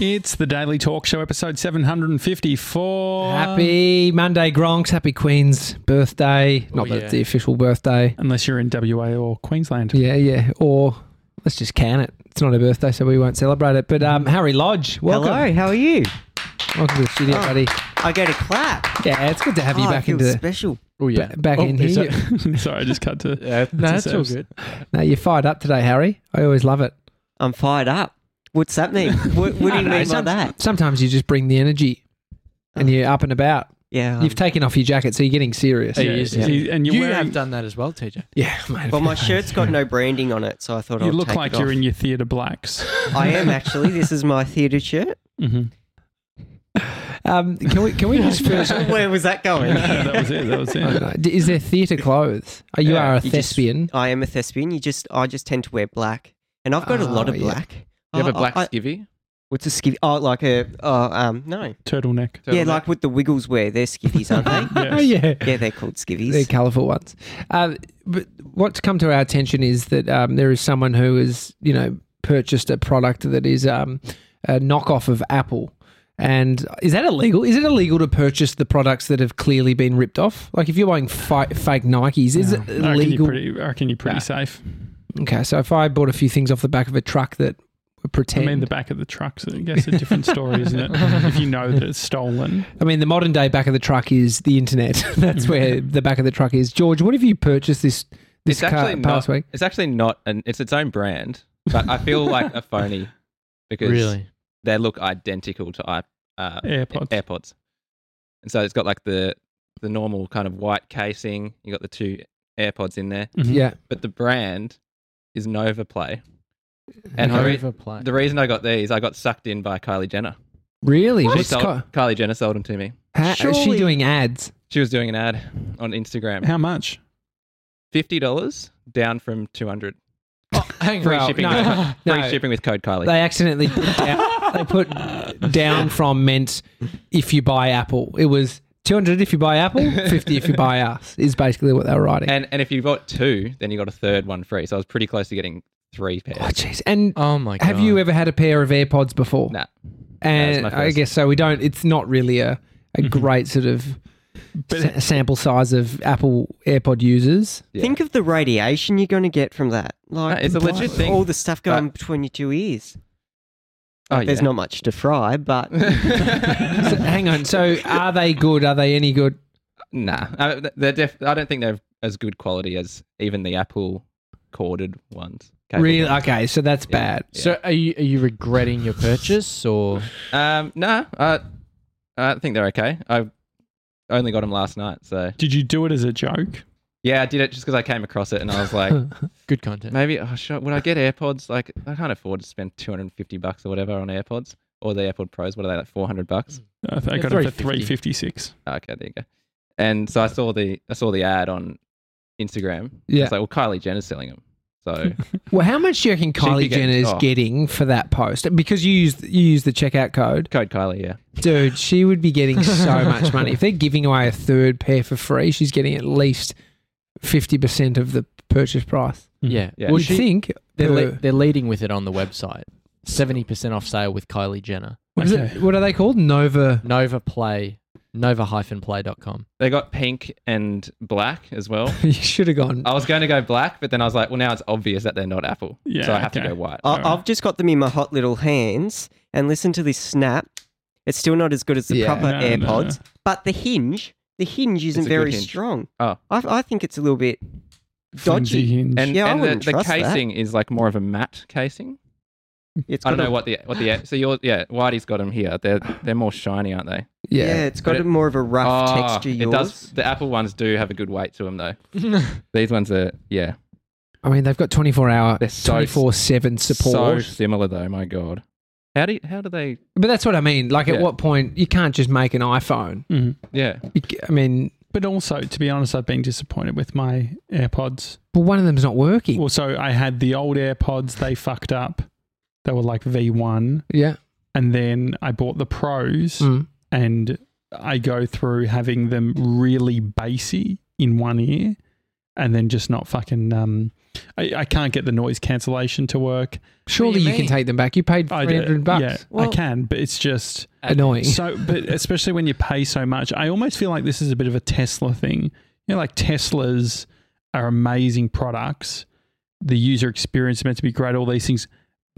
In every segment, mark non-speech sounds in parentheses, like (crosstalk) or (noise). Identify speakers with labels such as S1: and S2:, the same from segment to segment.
S1: It's the Daily Talk Show, episode 754.
S2: Happy Monday, Gronks. Happy Queen's birthday. Not
S1: Oh,
S2: that
S1: yeah.
S2: it's the official birthday.
S1: Unless you're in WA or Queensland.
S2: Yeah, yeah. Or let's just can it. It's not her birthday, so we won't celebrate it. But um, Harry Lodge, welcome.
S3: Hello, how are you?
S2: Welcome to the studio,
S3: Oh.
S2: buddy.
S3: I go to clap.
S2: Yeah, it's good to have you
S3: Oh, I
S2: back
S3: feel
S2: into the.
S3: special.
S4: Oh yeah,
S2: ba- back in
S4: there's
S2: here.
S1: (laughs)
S4: that- (laughs)
S1: Sorry, I just cut to.
S4: yeah, no,
S1: It's
S4: it's
S1: a
S4: all
S1: service.
S4: good.
S2: No, you're fired up today, Harry. I always love it.
S3: I'm fired up. What's that mean?
S1: (laughs)
S3: What, what do you
S2: No,
S3: mean
S2: no,
S3: by
S2: some-
S3: that?
S2: Sometimes you just bring the energy and you're up and about.
S3: Yeah. um,
S2: You've taken off your jacket, so you're getting serious.
S4: Hey,
S1: Yeah,
S4: yes,
S1: yeah.
S4: yeah.
S1: And you're
S4: you
S1: wearing-
S4: have done that as well, TJ.
S2: Yeah, (laughs) mate.
S3: well, my shirt's got no branding on it, so I thought
S1: You
S3: I'd
S1: look
S3: take
S1: like
S3: it
S1: you're
S3: off.
S1: in your
S3: (laughs)
S1: theatre blacks.
S3: I am actually. This is my theatre shirt.
S1: hmm
S2: Um, can we
S3: (laughs)
S2: can we just first? I
S3: Where was that going?
S1: that was it. That was
S2: don't
S1: it.
S2: know. Oh, Is there theatre clothes? Oh, you
S1: Yeah,
S2: are a
S3: you just-
S2: thespian.
S3: (laughs) I am a thespian. You just, I just tend to wear black, and I've got a lot
S2: Oh,
S3: of
S2: yeah.
S3: black.
S4: You have a
S3: I-
S4: black
S3: I-
S4: skivvy.
S3: What's a skivvy? Oh, like a. Oh, um, no.
S1: Turtleneck.
S3: Yeah, like what the Wiggles wear. They're skivvies, aren't
S1: Yes.
S2: Oh yeah.
S3: they? yeah, they're called skivvies.
S2: They're colourful ones. Uh, but what's come to our attention is that um, there is someone who has, you know, purchased a product that is um, a knockoff of Apple. And is that illegal? Is it illegal to purchase the products that have clearly been ripped off? Like if you're buying fi- fake Nikes, is it
S1: I reckon you're
S2: illegal?
S1: pretty, I reckon you're pretty
S2: Nah.
S1: safe.
S2: okay, so if I bought a few things off the back of a truck that were pretend,
S1: I mean, the back of the truck's, I guess, a different story, isn't it? If you know that it's stolen.
S2: the modern day back of the truck is the internet. (laughs) That's
S5: Mm-hmm.
S2: where the back of the truck is. George, what have you purchased this this
S5: It's
S2: car,
S5: actually
S2: past
S5: not.
S2: week?
S5: It's actually not an. It's its own brand, but I feel like a phony because
S4: really.
S5: they look identical to i- uh,
S1: AirPods.
S5: AirPods. And so it's got like the the normal kind of white casing. You got the two AirPods in there,
S1: Mhm.
S2: Yeah,
S5: but the brand is Nova Play. And I re-
S4: overplay.
S5: the reason I got these, I got sucked in by Kylie Jenner.
S2: really?
S5: She
S2: What's
S5: sold,
S2: co-
S5: Kylie Jenner sold them to me.
S2: Ha- is she
S3: Surely-
S2: doing
S5: (laughs)
S2: ads?
S5: She was doing an ad on Instagram.
S1: How much?
S5: Fifty dollars down from two hundred.
S4: Hang
S5: Free
S4: on.
S5: shipping.
S2: no. (laughs)
S5: with (laughs) co- free
S2: No.
S5: shipping with code Kylie.
S2: They accidentally put down, they put down from meant if you buy Apple. It was two hundred if you buy Apple,
S5: (laughs)
S2: fifty if you buy us. Is basically what they were writing.
S5: And and if you bought two, then you got a third one free. So I was pretty close to getting three
S2: oh
S5: pairs.
S2: jeez. And
S4: Oh my god.
S2: have you ever had a pair of AirPods before?
S5: Nah.
S2: And
S5: That was my
S2: I
S5: first. Mm-hmm.
S2: guess so. We don't. It's not really a, a great sort of sa- sample size of Apple AirPod users.
S5: Yeah.
S3: Think of the radiation you're going to get from that. Like
S5: No, it's a legit thing,
S3: All the stuff going
S5: but-
S3: between your two ears.
S5: Oh,
S3: There's
S5: yeah.
S3: not much to fry, but
S5: (laughs)
S2: So, hang on. So are they good? Are they any good?
S5: nah. I, they're def- I don't think they're as good quality as even the Apple corded ones. Cable
S2: Really?
S5: ones.
S2: Okay. So that's
S5: Yeah.
S2: bad.
S5: Yeah.
S4: So are you are you regretting your purchase or
S5: Um, nah. I I think they're okay. I only got them last night, so
S1: Did you do it as a joke?
S5: yeah, I did it just because I came across it and I
S2: (laughs)
S5: was like,
S4: good content?
S5: maybe oh, should, would I get AirPods? Like, I can't afford to spend two hundred and fifty bucks or whatever on AirPods or the AirPod Pros. What are they like four hundred bucks?
S1: I, th- I
S4: Yeah,
S1: got it for
S4: 350.
S1: 356.
S5: Okay, there you go. And so I saw the I saw the ad on Instagram.
S2: Yeah.
S5: It's like, well, Kylie Jenner's selling them. So
S2: Well, how much do you reckon Kylie
S5: be getting-
S2: Jenner is
S5: oh.
S2: getting for that post? Because you used you used the checkout code,
S5: code Kylie, yeah.
S2: dude. She would be getting
S5: (laughs)
S2: so much money if they're giving away a third pair for free. She's getting at least fifty percent of the purchase price.
S1: Mm-hmm.
S4: Yeah.
S5: Yeah.
S4: Well,
S2: Would you
S4: she,
S2: think?
S4: they're le-
S2: (laughs) per-
S4: they're leading with it on the website. Seventy percent off sale with Kylie Jenner.
S2: what, is
S1: Okay.
S2: it, what are they called? Nova. (laughs)
S4: Nova Play. Nova hyphen play.com.
S5: They got pink and black as well.
S2: you should have gone.
S5: I was going to go black, but then I was like, well, now it's obvious that they're not Apple.
S1: Yeah,
S5: so I have
S1: okay.
S5: to go white.
S1: Oh.
S3: I, I've just got them in my hot little hands. And listen to this snap. It's still not as good as the
S2: Yeah.
S3: proper
S1: No, no,
S3: AirPods,
S1: no.
S3: but the hinge, the hinge isn't
S5: a good
S3: very
S5: hinge.
S3: strong.
S5: Oh.
S3: I, I think it's a little bit.
S1: Flimsy
S3: Dodgy.
S1: hinge.
S5: And,
S3: Yeah, I
S5: and the,
S3: wouldn't
S5: the
S3: trust that.
S5: casing is like more of a matte casing.
S3: It's
S5: I don't
S3: got
S5: know
S3: a-
S5: what the what the so yours yeah Whitey's got them here. They're they're more shiny, aren't they?
S3: Yeah,
S2: Yeah.
S3: it's got
S5: But
S3: a
S5: it-
S3: more of a rough
S5: Oh,
S3: texture. Yours.
S5: It does. The Apple ones do have a good weight to them though. These ones are yeah
S2: (laughs) I mean, they've got twenty four hour,
S5: They're so-
S2: twenty four seven support.
S5: So similar though, my god. How do you, how do they?
S2: but that's what I mean. Like, at
S5: Yeah.
S2: what point you can't just make an iPhone?
S1: Mhm.
S5: Yeah,
S2: You c- I mean,
S1: But also, to be honest, I've been disappointed with my AirPods.
S2: but one of them's not working.
S1: Also, I had the old AirPods, they fucked up. They were like V1.
S2: yeah.
S1: And then I bought the Pros
S2: Mm.
S1: and I go through having them really bassy in one ear and then just not fucking um, I, I can't get the noise cancellation to work.
S2: Surely
S4: you
S2: you, can
S4: mean?
S2: take them back. You paid
S1: I,
S2: three hundred bucks.
S1: Yeah,
S3: Well-
S1: I can, but it's just
S2: Annoying.
S1: so. But especially when you pay so much, I almost feel like this is a bit of a Tesla thing. You know, like Teslas are amazing products. The user experience is meant to be great. All these things,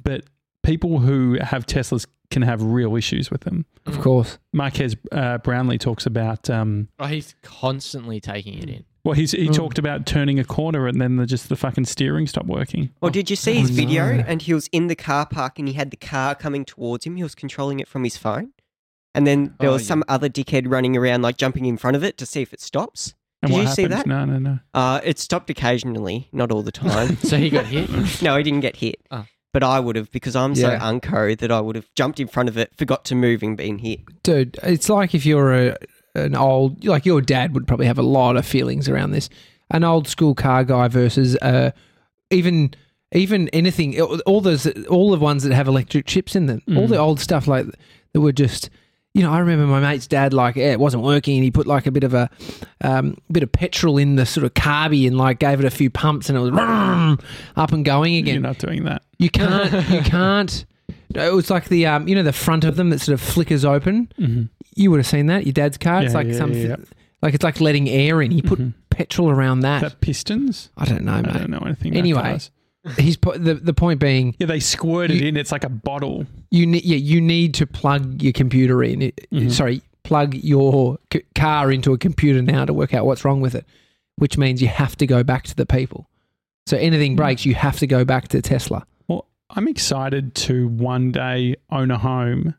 S1: but people who have Teslas can have real issues with them.
S2: Of course.
S1: Marquez uh, Brownlee talks about um,
S4: Oh, he's constantly taking it in.
S1: well, he's, he
S2: Mm.
S1: talked about turning a corner and then the, just the fucking steering stopped working.
S3: Or did you see his
S2: Oh,
S3: video?
S2: no.
S3: And he was in the car park and he had the car coming towards him. He was controlling it from his phone. And then there
S5: Oh,
S3: was
S5: yeah.
S3: some other dickhead running around, like jumping in front of it to see if it stops.
S1: And
S3: Did
S1: what
S3: you see
S1: happens?
S3: that?
S1: No, no, no.
S3: Uh, it stopped occasionally, not all the time.
S4: So he got hit.
S3: no, he didn't get hit.
S4: Ah.
S3: But I would have, because I'm so
S2: Yeah.
S3: unco that I would have jumped in front of it, forgot to move and been hit.
S2: dude, it's like if you're a an old like your dad would probably have a lot of feelings around this. An old school car guy versus uh, even even anything all those all the ones that have electric chips in them, all the old stuff like that were just. You know, I remember my mate's dad like eh, it wasn't working, and he put like a bit of a um, bit of petrol in the sort of carby and like gave it a few pumps, and it was up and going again.
S1: You're not doing that.
S2: You can't. you can't. It was like the um, you know, the front of them that sort of flickers open.
S1: Mhm.
S2: You would have seen that. Your dad's car. It's
S1: Yeah,
S2: like
S1: yeah,
S2: something.
S1: yeah.
S2: Like it's like letting air in. He put petrol around that.
S1: Mm-hmm. That pistons?
S2: I don't know,
S1: I
S2: mate.
S1: don't know anything. about
S2: Anyway.
S1: cars.
S2: He's po- the the point being,
S1: yeah, they squirt it
S2: You-
S1: in. It's like a bottle.
S2: you need yeah, you need to plug your computer in. It-
S1: Mhm.
S2: Sorry, plug your c- car into a computer now to work out what's wrong with it, which means you have to go back to the people. So
S1: Mm.
S2: anything breaks, you have to go back to Tesla.
S1: Well, I'm excited to one day own a home,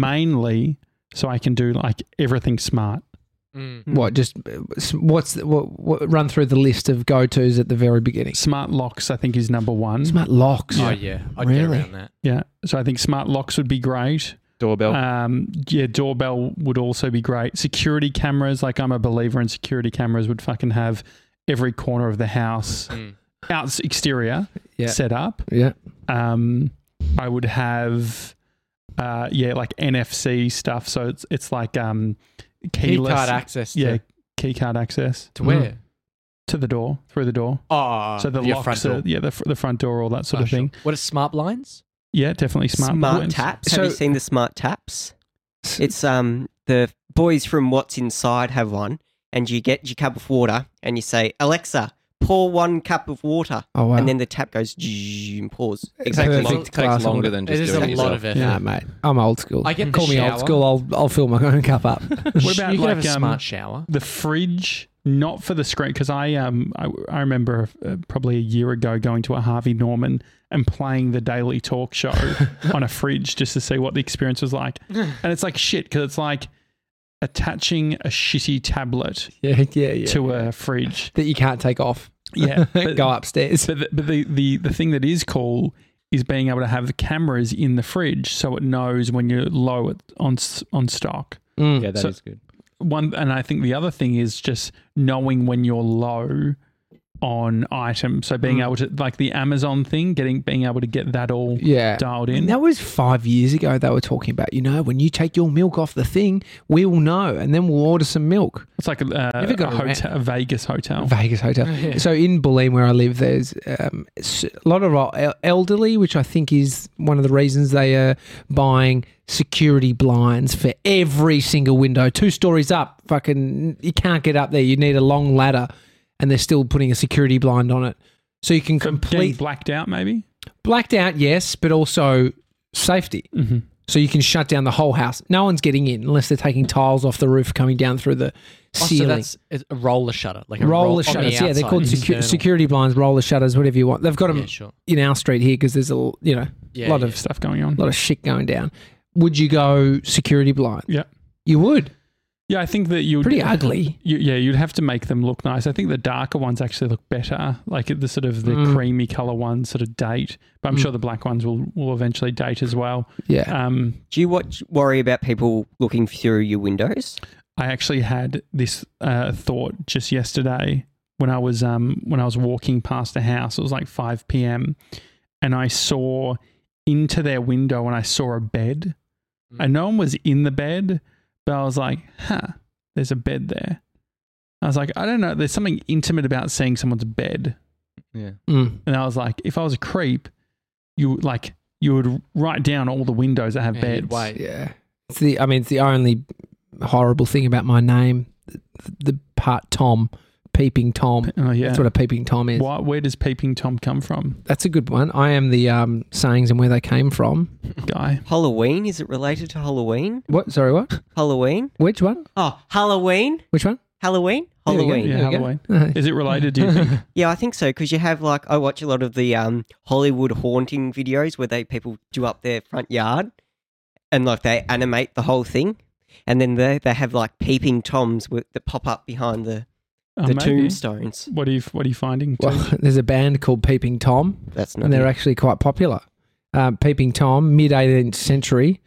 S1: mainly so I can do like everything smart.
S4: (laughs) Mm.
S2: What just uh, s- what's the- what, what run through the list of go tos at the very beginning?
S1: Smart locks, I think, is number one.
S2: Smart locks.
S4: Oh yeah, I'd get
S2: Really?
S4: around that.
S1: Yeah. So I think smart locks would be great.
S4: Oh.
S5: Doorbell.
S1: Um, yeah, doorbell would also be great. Security cameras, like I'm a believer in security cameras, would fucking have every corner of the house,
S4: Mm.
S1: out exterior,
S2: Yeah.
S1: set up.
S2: Yeah.
S1: Um, I would have, uh, yeah, like NFC stuff. So it's it's like um,
S4: Key
S1: keyless,
S4: card access. To,
S1: yeah, key card access
S4: to where?
S1: to the door through the door.
S4: Oh,
S1: so the
S4: your
S1: locks,
S4: front
S1: are-
S4: door.
S1: yeah, the, fr- the front door, all that sort
S4: Oh,
S1: of thing.
S4: sure. What are smart lines?
S1: Yeah, definitely smart.
S3: Smart,
S1: points.
S3: taps.
S2: So-
S3: have you seen the smart taps? It's um the boys from What's Inside have one, and you get your cup of water, and you say, "Alexa, pour one cup of water,"
S2: Oh wow.
S3: and then the tap goes "Zzzz" and pours.
S5: Exactly.
S2: perfect
S5: Long, takes
S2: class
S5: longer
S2: order.
S5: than
S4: It
S5: just
S4: is
S5: doing
S4: a
S5: it
S4: lot
S5: yourself.
S4: of effort.
S2: nah, mate, I'm old school.
S4: I get the
S2: Call me
S4: shower.
S2: old school. I'll I'll fill my own cup
S4: (laughs)
S2: up. (laughs)
S1: What about
S4: you could
S1: like,
S4: have a
S1: um,
S4: smart (laughs) shower?
S1: the fridge not for the screen because I um I, I remember uh, probably a year ago going to a Harvey Norman and playing the daily talk show
S2: (laughs)
S1: on a fridge just to see what the experience was like
S4: Oh,
S1: and it's like shit because it's like attaching a shitty tablet
S2: yeah, yeah, yeah.
S1: to a
S2: (laughs)
S1: fridge
S2: that you can't take off. (laughs)
S1: yeah but,
S2: go upstairs.
S1: but, the, but the, the the thing that is cool is being able to have the cameras in the fridge so it knows when you're low at, on s- on stock
S2: Mm.
S5: Yeah, that is
S1: So-
S5: good.
S1: one and I think the other thing is just knowing when you're low on items. So
S2: Mm.
S1: being able to like the Amazon thing, getting being able to get that all
S2: Yeah.
S1: dialed in.
S2: That was five years ago. They were talking about, you know, when you take your milk off the thing, we will know, and then we'll order some milk.
S1: It's like a, uh,
S2: Never got
S1: a,
S2: around-
S1: hotel, a Vegas hotel.
S2: Vegas
S4: (laughs)
S2: hotel. So in Bulleen, where I live, there's um, s- a lot of el- elderly, which I think is one of the reasons they are buying security blinds for every single window, two stories up. Fucking, you can't get up there. You need a long ladder, and they're still putting a security blind on it, so you can
S1: Getting
S2: complete
S1: blacked out, maybe.
S2: blacked out. Yes, but also safety.
S1: Mm-hmm.
S2: So you can shut down the whole house. No one's getting in unless they're taking tiles off the roof coming down through the
S4: Oh,
S2: ceiling
S4: so that's it's a roller shutter, like a
S2: roller
S4: roll on the
S2: shutters. yeah, they're
S4: outside,
S2: called secu-
S4: external.
S2: security blinds, roller shutters, whatever you want. They've got them
S4: Yeah, sure.
S2: in our street here because there's a l- you know
S4: Yeah,
S2: lot
S4: yeah.
S2: of
S1: Stuff going on.
S2: a lot of shit going down. Would you go security blind?
S1: Yeah.
S2: you would.
S1: Yeah, I think that you would-
S2: Pretty ugly.
S1: You, yeah, you'd have to make them look nice. I think the darker ones actually look better, like the sort of the
S2: Mm.
S1: creamy color ones sort of date. But I'm
S2: Mm.
S1: sure the black ones will, will eventually date as well.
S2: Yeah.
S1: Um,
S3: Do you watch, worry about people looking through your windows?
S1: I actually had this uh, thought just yesterday when I was um, when I was walking past a house. It was like five p.m. and I saw into their window and I saw a bed,
S2: Hmm.
S1: and no one was in the bed, but I was like, "Huh, there's a bed there." I was like, "I don't know. There's something intimate about seeing someone's bed."
S5: Yeah.
S2: Mm.
S1: And I was like, if I was a creep, you like you would write down all the windows that have
S4: Yeah, you'd
S1: beds.
S4: wait.
S2: Yeah. It's the I mean it's the only horrible thing about my name. The, the part Tom, peeping Tom.
S1: Oh yeah.
S2: That's what a peeping Tom is.
S1: Why, where does peeping tom come
S2: (laughs)
S1: from,
S2: That's a good one. I am the um, sayings and where they came from.
S1: guy?
S3: Halloween? Is it related to Halloween?
S2: What?
S1: (laughs)
S2: Sorry, what?
S3: Halloween?
S2: Which one?
S3: Oh, Halloween?
S2: Which one? (laughs)
S3: Halloween?
S2: There we go.
S3: Halloween.
S1: Yeah,
S2: There we go.
S1: Halloween.
S2: Uh,
S1: Is it related? Do you
S2: (laughs)
S1: think?
S3: Yeah, I think so because you have like I watch a lot of the um, Hollywood haunting videos where they people do up their front yard and like they animate the whole thing, and then they they have like peeping toms with, that pop up behind the
S1: Oh,
S3: the
S1: maybe.
S3: tombstones.
S1: What are you What are you finding?
S2: Well, (laughs) there's a band called Peeping Tom.
S3: That's not.
S2: and they're
S3: it.
S2: actually quite popular. Um, Peeping Tom, mid 18th century,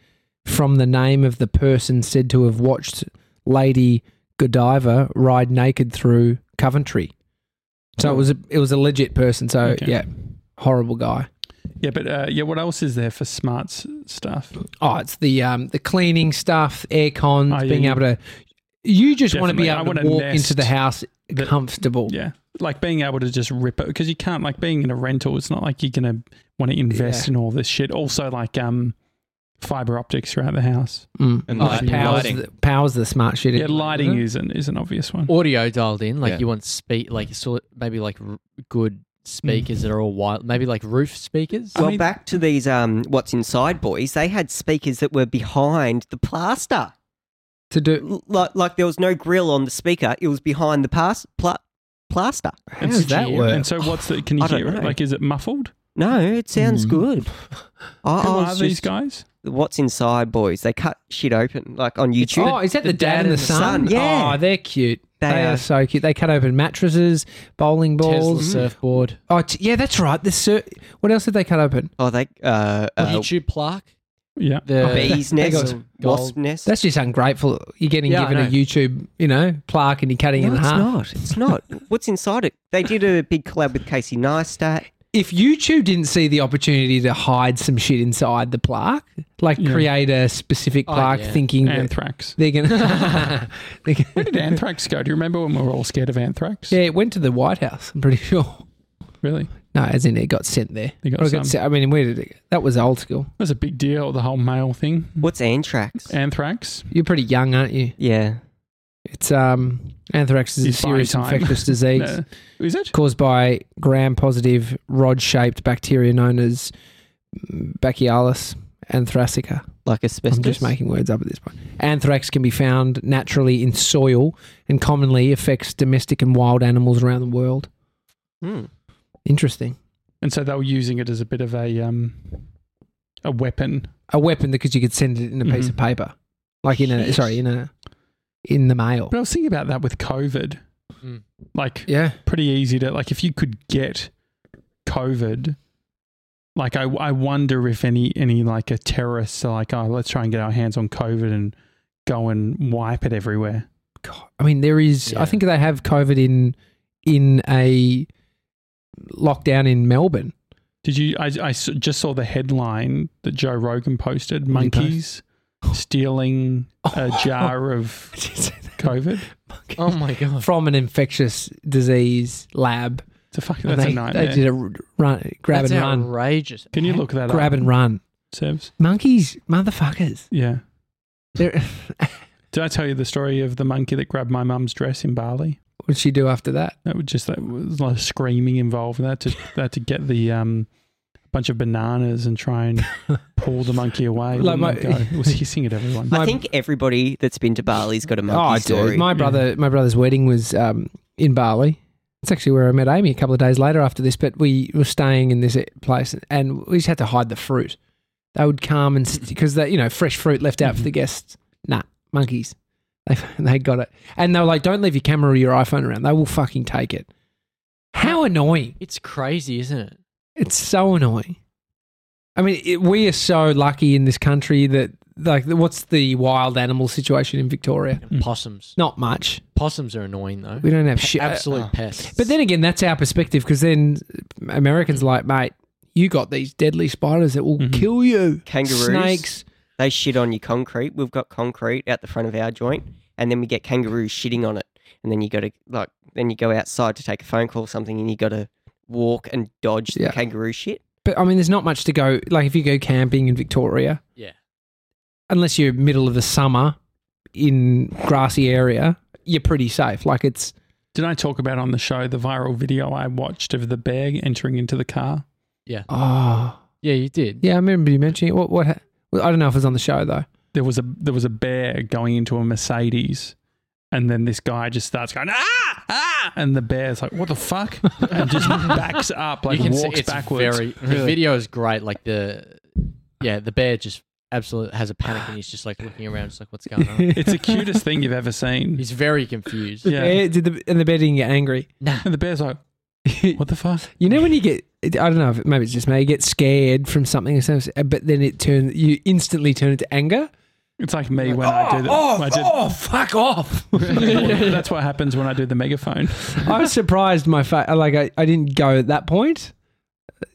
S2: from the name of the person said to have watched Lady Godiva ride naked through Coventry. So it was a, it was a legit person. So
S1: Oh. Okay.
S2: yeah, horrible guy.
S1: (laughs) yeah, but uh, yeah, what else is there for smarts stuff?
S2: Oh, it's the um, the cleaning stuff, air cons,
S1: Oh, yeah,
S2: being
S1: you-
S2: able to. You just
S1: Definitely. I want
S2: want to
S1: a
S2: be able to walk
S1: nest
S2: into the house
S1: that-
S2: comfortable.
S1: Yeah, like being able to just rip it because you can't like being in a rental. It's not like you're gonna want to invest
S2: Yeah.
S1: in all this shit. Also, like um, fiber optics throughout the house.
S2: Mm.
S5: And
S2: Oh,
S1: lighting.
S2: it powers,
S4: Lighting.
S2: The, powers the smart shit. Uh-huh.
S1: Yeah,
S2: in-
S1: lighting is an
S2: isn't it?
S1: is an obvious one.
S4: Audio dialed in, like
S5: Yeah.
S4: you want speak, like sort maybe like r- good speakers that are all wide, maybe like roof speakers.
S3: Well,
S1: I mean-
S3: back to these um, what's inside boys. They had speakers that were behind the plaster.
S2: to do.
S3: L- like, like there was no grill on the speaker. It was behind the pas- pla- plaster.
S2: How does that work?
S1: And so, what's the? Can you
S3: I don't
S1: hear it?
S3: know.
S1: Like, is it muffled?
S3: No, it sounds
S1: (laughs)
S4: Mm.
S3: good. I,
S1: Hmm. Who
S3: I
S1: are
S3: was
S1: these
S3: just-
S1: guys?
S3: What's inside boys? They cut shit open like on YouTube.
S2: Oh, is that the, dad, and the son?
S3: Yeah.
S2: Oh, they're cute. They,
S3: They
S2: are.
S3: are.
S2: so cute. They cut open mattresses, bowling
S4: Tesla
S2: balls.
S4: surfboard,
S2: Oh, t- yeah, that's right. The sur- what else did they cut open?
S3: Oh, they uh, uh
S4: YouTube plaque,
S1: Yeah,
S4: the
S3: bees
S2: Oh, (laughs) they
S3: nest,
S4: got
S3: wasp
S4: gold.
S3: nest.
S2: That's just ungrateful. You're getting
S4: Yeah, I
S2: given a
S4: know.
S2: YouTube, you know, plaque and you're cutting
S3: no,
S2: it in
S3: it's
S2: half.
S3: not. It's not. What's inside it? They did a big collab with Casey Neistat.
S2: If YouTube didn't see the opportunity to hide some shit inside the plaque, like
S1: Yeah.
S2: create a specific
S4: Oh,
S2: plaque
S4: yeah.
S2: thinking that
S1: anthrax.
S2: they're going to.
S1: Where did anthrax go? Do you remember when we were all scared of anthrax?
S2: (laughs) Yeah, it went to the White House, I'm pretty (laughs) sure.
S1: really.
S2: No, as in it got sent there.
S1: They got
S2: Or it
S1: some.
S2: sent- I mean, where did it go? That was old school.
S1: It was a big deal. The whole male thing,
S3: What's anthrax?
S1: anthrax.
S2: You're pretty young, aren't you?
S3: yeah.
S2: It's um, anthrax is a
S1: It's by
S2: serious
S1: time. (laughs)
S2: infectious disease
S1: No. uh, Is it?
S2: caused by gram-positive rod-shaped bacteria known as Bacillus anthracica.
S3: Like asbestos.
S2: I'm just making words up at this point. Anthrax can be found naturally in soil and commonly affects domestic and wild animals around the world.
S3: Hmm.
S2: Interesting.
S1: And so they were using it as a bit of a um, a weapon.
S2: A weapon because you could send it in a piece
S1: Mhm.
S2: of paper, like in a
S3: Jeez.
S2: sorry in a in the mail.
S1: But I was thinking about that with COVID.
S4: Mm.
S1: Like,
S2: Yeah.
S1: pretty easy to like if you could get COVID. Like, I I wonder if any any like a terrorist are like, oh, let's try and get our hands on COVID and go and wipe it everywhere.
S2: God, I mean, there is. I
S4: Yeah.
S2: think they have COVID in in a lockdown in Melbourne.
S1: Did you? I, I s- just saw the headline that Joe Rogan posted:
S2: What did he
S1: monkeys stealing a
S2: Oh, (laughs)
S1: jar Um, of COVID.
S4: Oh my (laughs) god!
S2: From an infectious disease lab.
S1: It's a fuck.
S2: And
S1: That's
S2: they,
S1: a nightmare.
S2: They did a r- run, grab
S4: That's
S2: and run,
S4: outrageous.
S1: Can you look that
S2: grab
S1: up?
S2: and run.
S1: Sevs?
S2: Monkeys, motherfuckers.
S1: Yeah.
S2: They're- (laughs)
S1: Did I tell you the story of the monkey that grabbed my mum's dress in Bali?
S2: What'd she do after that?
S1: That was just that was a lot of screaming involved. And that to that to get
S2: (laughs)
S1: the um bunch of bananas and try and pull the monkey away.
S2: Like
S1: Like
S2: my-
S1: go. It was hissing at everyone.
S2: (laughs) My-
S3: I think everybody that's been to Bali's got a
S2: oh,
S3: monkey
S2: dude,
S3: story.
S2: my brother, my brother's wedding was um, in Bali. It's actually where I met Amy a couple of days later after this. But we were staying in this place, and we just had to hide the fruit. They would come and because they, you know, fresh fruit left out
S3: (laughs)
S2: for the guests. Nah, monkeys. (laughs) They they got it, and they were like, "Don't leave your camera or your iPhone around. They will fucking take it." How annoying!
S4: It's crazy, isn't it?
S2: It's so annoying. I mean, it, we are so lucky in this country that like, what's the wild animal situation in Victoria?
S1: Mm.
S4: Possums.
S2: Not much.
S4: Possums are annoying though.
S2: We don't have shit.
S4: Absolute pests.
S2: But then again, that's our perspective because then Americans like, mate, you got these deadly spiders that will
S1: Mhm.
S2: kill you.
S3: Kangaroos.
S2: Snakes.
S3: They shit on your concrete. We've got concrete out the front of our joint, and then we get kangaroos shitting on it. And then you got to like, then you go outside to take a phone call or something, and you got to walk and dodge
S2: Yeah.
S3: the kangaroo shit.
S2: But I mean, there's not much to go. Like if you go camping in Victoria,
S4: Yeah.
S2: unless you're middle of the summer in grassy area, you're pretty safe. Like it's
S1: Did I talk about on the show the viral video I watched of the bear entering into the car? Ah.
S2: oh
S4: Yeah, you did.
S2: yeah, I remember you mentioning it. What what? Ha- well, I don't know if it was on the show though.
S1: There was a there was a bear going into a Mercedes, and then this guy just starts going ah ah, and the bear's like what the
S4: (laughs)
S1: fuck, and just backs up like
S4: you can see
S1: walks
S4: it's
S1: backwards.
S4: very. The video is great. Like the, yeah, the bear just absolutely has a panic and he's just like looking around, just like what's
S2: (laughs)
S4: going on.
S1: it's the cutest thing you've ever seen.
S4: He's very confused.
S1: Yeah,
S2: Yeah, did the, and the bear didn't get angry.
S4: Nah.
S1: and the bear's like what the fuck.
S2: You know when you get, I don't know if maybe it's just me, you get scared from something, so- but then it turn you instantly turn into anger.
S1: It's like me when I do the,
S2: oh,
S1: when I did,
S2: oh, fuck off!
S1: (laughs) That's what happens when I do the megaphone.
S2: I was surprised. My fa- like I, I didn't go at that point.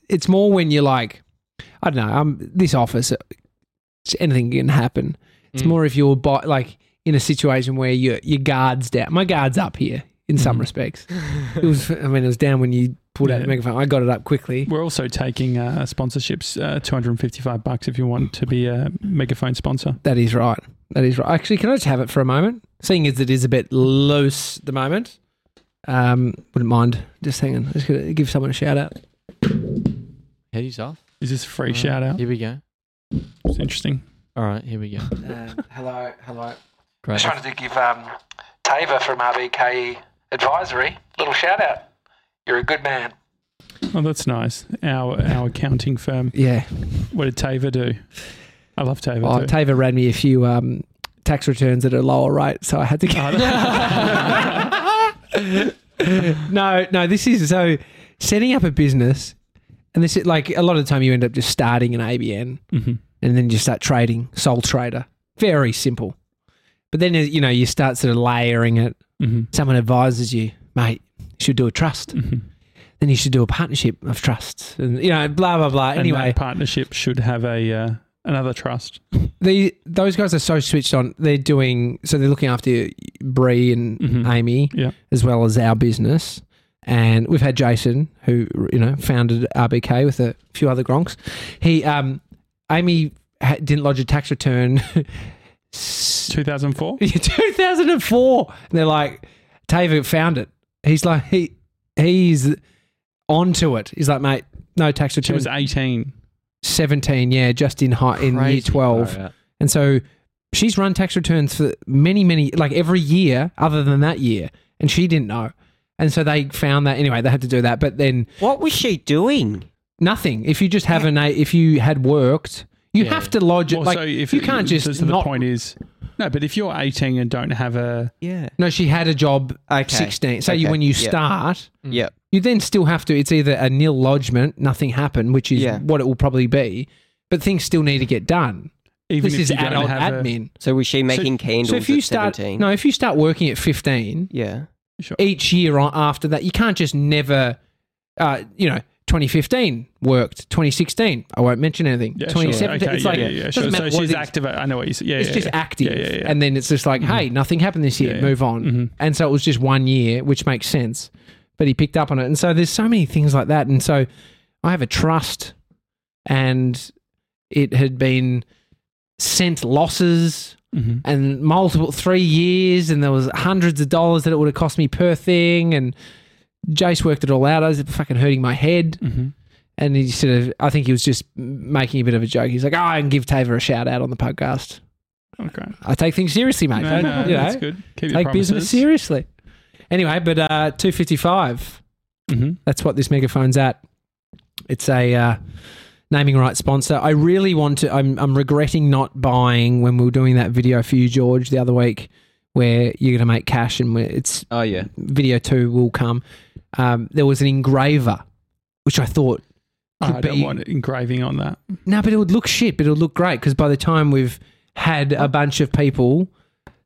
S2: It's more when you're like, I don't know. I'm this office. it's- Anything can happen. It's
S4: Mm.
S2: more if you're by, like in a situation where your your guards down. My guard's up here in some respects. It was. I mean, it was down when you pulled out
S1: Mm. Yeah.
S2: the megaphone. I got it up quickly.
S1: We're also taking uh, sponsorships, uh, 255 bucks if you want to be a megaphone sponsor.
S2: That is right. That is right. Actually, can I just have it for a moment? Seeing as it is a bit loose at the moment, um, wouldn't mind just hanging. Just gonna give someone a shout out.
S4: Head is off.
S1: Is this a free
S4: All right,
S1: shout out?
S4: Here we go.
S1: It's interesting.
S4: All right, here we go.
S2: Um, hello, hello.
S4: Great.
S6: Just wanted to give um, Tava from RBKE Advisory a little shout out. You're a good man.
S1: Oh, that's nice. Our our accounting firm.
S2: Yeah.
S1: What did Tava do? I love Tava.
S2: Oh,
S1: too.
S2: Tava ran me a few um, tax returns at a lower rate, so I had to go. (laughs) no, no, this is so setting up a business, and this is like a lot of the time you end up just starting an ABN
S1: Mhm.
S2: and then you start trading, sole trader. Very simple. But then, you know, you start sort of layering it.
S1: Mhm.
S2: Someone advises you, mate, you should do a trust.
S1: Mhm.
S2: Then you should do a partnership of trusts and, you know, blah, blah, blah.
S1: And that
S2: Anyway,
S1: partnership should have a uh, another trust.
S2: the those guys are so switched on. They're doing so they're looking after Bree and
S1: Mhm.
S2: Amy,
S1: Yeah.
S2: as well as our business. And we've had Jason, who you know founded RBK with a few other gronks. He, um, Amy ha- didn't lodge a tax return. (laughs) s-
S1: 2004?
S2: (laughs) 2004. And they're like, Tavia found it. He's like, he he's onto it. He's like, mate, no tax
S1: She
S2: return.
S1: was 18.
S2: 17, yeah, just in high in year
S4: Crazy.
S2: 12.
S5: Far out.
S2: And so she's run tax returns for many, many, like every year other than that year. And she didn't know. And so they found that anyway, they had to do that. But then
S3: What was she doing?
S2: nothing. If you just have an, a- if you had worked, you
S4: Yeah.
S2: have to lodge it.
S1: Well,
S2: like,
S1: so if
S2: you can't just.
S1: so the
S2: not-
S1: point is, no, but if you're 18 and don't have a
S3: Yeah.
S2: No, she had a job
S3: Okay.
S2: 16. So you,
S3: Okay.
S2: when you
S3: Yeah.
S2: start,
S1: Mm.
S3: Yeah.
S2: you then still have to, it's either a nil lodgement, nothing happened, which is
S3: Yeah.
S2: what it will probably be, but things still need to get done.
S1: even
S2: this
S1: if
S2: is
S1: you don't
S2: adult
S1: have a-
S2: admin.
S3: So was she making candles
S2: so if you
S3: at
S2: start,
S3: 17?
S2: no, if you start working at 15,
S3: Yeah.
S2: each year on after that. You can't just never, uh, you know, 2015 worked, 2016. I won't mention anything.
S1: Yeah, sure.
S2: 2017.
S1: Okay,
S2: it's
S1: yeah,
S2: like
S1: yeah, yeah,
S2: doesn't
S1: sure.
S2: matter
S1: So
S2: what
S1: she's
S2: it is.
S1: active. I know what you said. Yeah,
S2: It's
S1: yeah,
S2: just
S1: yeah.
S2: active,
S1: Yeah, yeah, yeah.
S2: and then it's just like, hey, nothing happened this year.
S1: Yeah, yeah.
S2: Move on.
S1: Mhm.
S2: And so it was just one year, which makes sense. But he picked up on it, and so there's so many things like that. And so I have a trust, and it had been sent losses
S1: Mhm.
S2: and multiple three years, and there was hundreds of dollars that it would have cost me per thing. And Jace worked it all out. I was fucking hurting my head,
S1: Mhm.
S2: and he sort of, I think he was just making a bit of a joke. He's like, "Oh, I can give Tava a shout out on the podcast.
S1: Okay.
S2: I take things seriously, mate.
S1: No,
S2: Don't-
S1: no,
S2: you know,
S1: that's good. Keep your
S2: take business
S1: promises.
S2: seriously." Anyway, but uh, two fifty five.
S1: Mhm.
S2: That's what this megaphone's at. It's a uh, naming rights sponsor. I really want to. I'm, I'm regretting not buying when we were doing that video for you, George, the other week, where you're going to make cash and where it's
S5: Oh yeah.
S2: video two will come. Um, there was an engraver, which I thought could
S1: I
S2: be.
S1: don't want engraving on that.
S2: No, but it would look shit, but it would look great because by the time we've had a bunch of people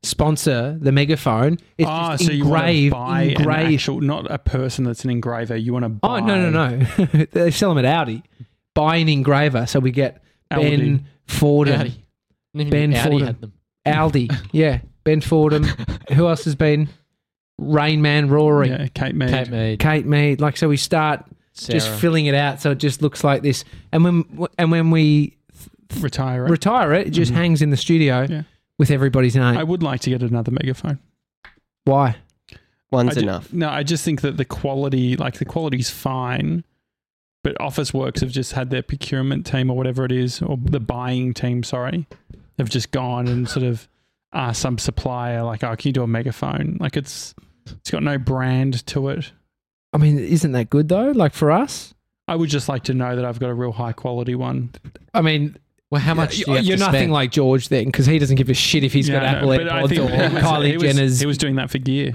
S2: sponsor the megaphone, it's
S1: Ah,
S2: just
S1: so you want to
S2: engraved,
S1: buy an
S2: engraved
S1: actual, not a person that's an engraver. You want to buy.
S2: Oh no no no! (laughs) they sell them at Aldi. Buy an engraver, so we get
S1: Aldi.
S2: Ben Fordham,
S4: Audi. Even
S2: Ben
S4: Audi
S2: Fordham.
S4: had them.
S2: Aldi. yeah, Ben
S4: (laughs)
S2: Fordham. Who else has been? Rain Man Rory,
S1: Yeah, Kate Mead.
S4: Kate Mead.
S2: Kate Mead. Like so, we start
S4: Sarah.
S2: just filling it out so it just looks like this. And when and when we
S1: Retire. it.
S2: retire it, it just
S1: Mhm.
S2: hangs in the studio
S1: Yeah.
S2: with everybody's name.
S1: I would like to get another megaphone.
S2: Why?
S1: I
S3: One's
S1: ju-
S3: enough.
S1: No, I just think that the quality, like the quality's fine, but Office Works have just had their procurement team or whatever it is, or the buying team, sorry, have just gone and sort of asked some supplier, like, oh, can you do a megaphone? Like it's it's got no brand to it.
S2: I mean, isn't that good though? Like for us,
S1: I would just like to know that I've got a real high quality one.
S2: I mean,
S4: well, how much? do you
S2: are
S4: have to
S2: nothing
S4: spend?
S2: like George then, because he doesn't give a shit if he's
S1: Yeah,
S2: got
S1: I know,
S2: Apple
S1: but I
S2: AirPods
S1: think
S2: or
S1: (laughs) he was-
S2: Kylie
S1: he was-
S2: Jenner's.
S1: He was doing that for gear.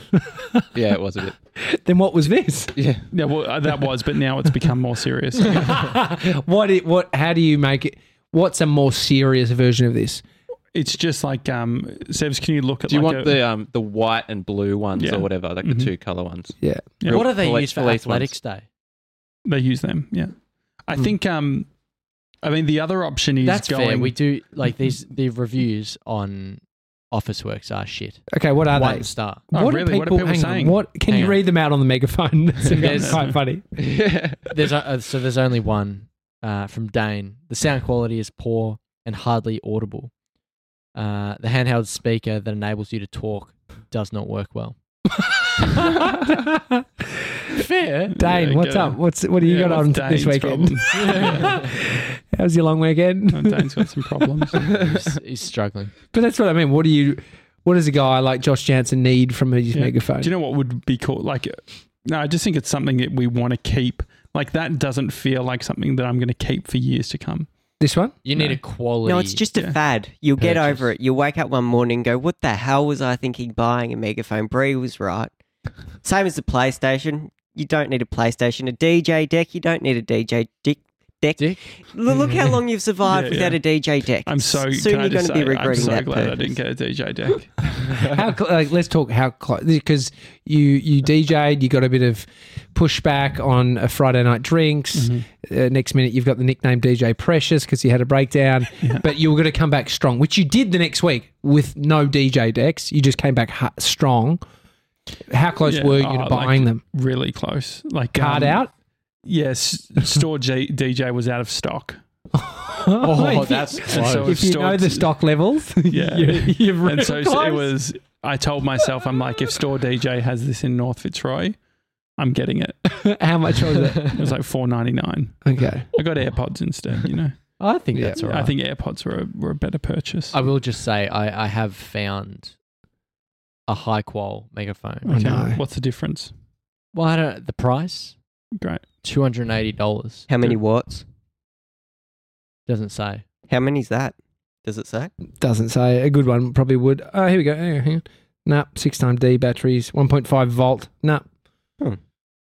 S5: Yeah, it was a bit.
S2: then what was this?
S5: Yeah,
S1: (laughs) Yeah, well, uh, that was, but now it's become more serious.
S2: (laughs) what? It, what? How do you make it? What's a more serious version of this?
S1: It's just like, um, Sevs, can you look at
S5: (laughs) do you
S1: like
S5: want
S1: a,
S5: the um the white and blue ones
S1: Yeah.
S5: or whatever, like
S1: Mhm.
S5: the two color ones?
S2: Yeah.
S1: Yeah.
S4: What do they
S5: Police-
S4: use for
S5: police ones.
S4: athletics day?
S1: They use them. Yeah. I
S2: Hmm.
S1: think. Um, I mean, the other option is
S4: That's
S1: going.
S4: fair. We do like these. The reviews on Office Works are shit.
S2: Okay. What are
S4: One
S2: they?
S4: star.
S1: Oh,
S2: what
S1: really?
S2: are
S1: What are
S2: people,
S1: people
S2: hang on,
S1: saying?
S2: What can
S4: Hang
S2: you
S4: on.
S2: read them out on the megaphone? (laughs) That's
S4: There's-
S2: quite
S4: (laughs)
S2: funny.
S5: (laughs) Yeah.
S4: There's o- uh, so there's only one uh, from Dane. The sound quality is poor and hardly audible. Uh, the handheld speaker that enables you to talk does not work well.
S2: Fair. Dane,
S1: Yeah,
S2: what's
S1: go.
S2: up? What's what do
S1: (laughs)
S2: you
S1: Yeah,
S2: got on
S1: what's
S2: this
S1: Dane's
S2: weekend? (laughs) How's your long weekend?
S1: Oh, (laughs) Dane's got some problems.
S2: (laughs)
S4: He's, he's struggling.
S2: But that's what I mean. What do you? What does a guy like Josh Jansen need from his
S1: Yeah.
S2: megaphone?
S1: Do you know what would be cool? Like, uh, no, I just think it's something that we want to keep. Like that doesn't feel like something that I'm going to keep for years to come.
S2: this one?
S4: You
S1: No.
S4: need a quality.
S3: No, it's just
S1: Yeah.
S3: a fad. You'll get
S4: Purchase.
S3: over it. You'll wake up one morning and go, What the hell was I thinking buying a megaphone? Bree was right. Same as the PlayStation. You don't need a PlayStation. A DJ deck, you don't need a DJ dick. Deck.
S4: Dick?
S3: L- Look how long you've survived
S1: Mm-hmm. Yeah,
S3: without
S1: yeah.
S3: a DJ deck.
S1: I'm so
S3: soon
S1: can I
S3: you're going
S1: just
S3: to be
S1: say, I'm
S3: regretting
S1: so
S3: that.
S1: glad I didn't
S3: purchase.
S1: get a DJ deck.
S2: How? Cl- like, let's talk how close because you you DJ'd. You got a bit of pushback on a Friday night drinks.
S1: Mm-hmm.
S2: Uh, next minute, you've got the nickname DJ Precious because you had a
S1: (laughs)
S2: breakdown. But you were going to come back strong, which you did the next week with no DJ decks. You just came back ha- strong. How close
S1: Yeah.
S2: were you
S1: Oh,
S2: to
S1: like,
S2: buying them?
S1: really close. Like
S2: Card
S1: um, (laughs)
S2: out. (laughs)
S1: Yes, store G- DJ was out of stock.
S4: Oh,
S2: If you-
S4: that's
S2: (laughs)
S1: so-
S4: close.
S2: if you
S1: stored-
S2: know the stock levels,
S1: Yeah. (laughs)
S2: (laughs) you- you've
S1: and so
S2: realised-
S1: it was. I told myself, I'm like, if store DJ has this in North Fitzroy, I'm getting it.
S2: (laughs) How much was it?
S1: It
S2: (laughs)
S1: was like four ninety nine.
S2: Okay.
S1: I got AirPods instead. You know,
S4: (laughs) I think
S2: Yeah.
S4: that's all right.
S1: I think AirPods were a, were a better purchase.
S4: I will just say I, I have found a high qual megaphone.
S2: I know.
S1: What's the difference?
S4: Well, I don't the price
S1: Great.
S4: two hundred and eighty dollars
S3: How many watts?
S4: doesn't say.
S3: How many's that? Does it say?
S2: Doesn't say. A good one probably would. Oh, here we go. Hang on. Hang on. Nah, six time D batteries, 1.5 volt. Nah.
S3: Hmm.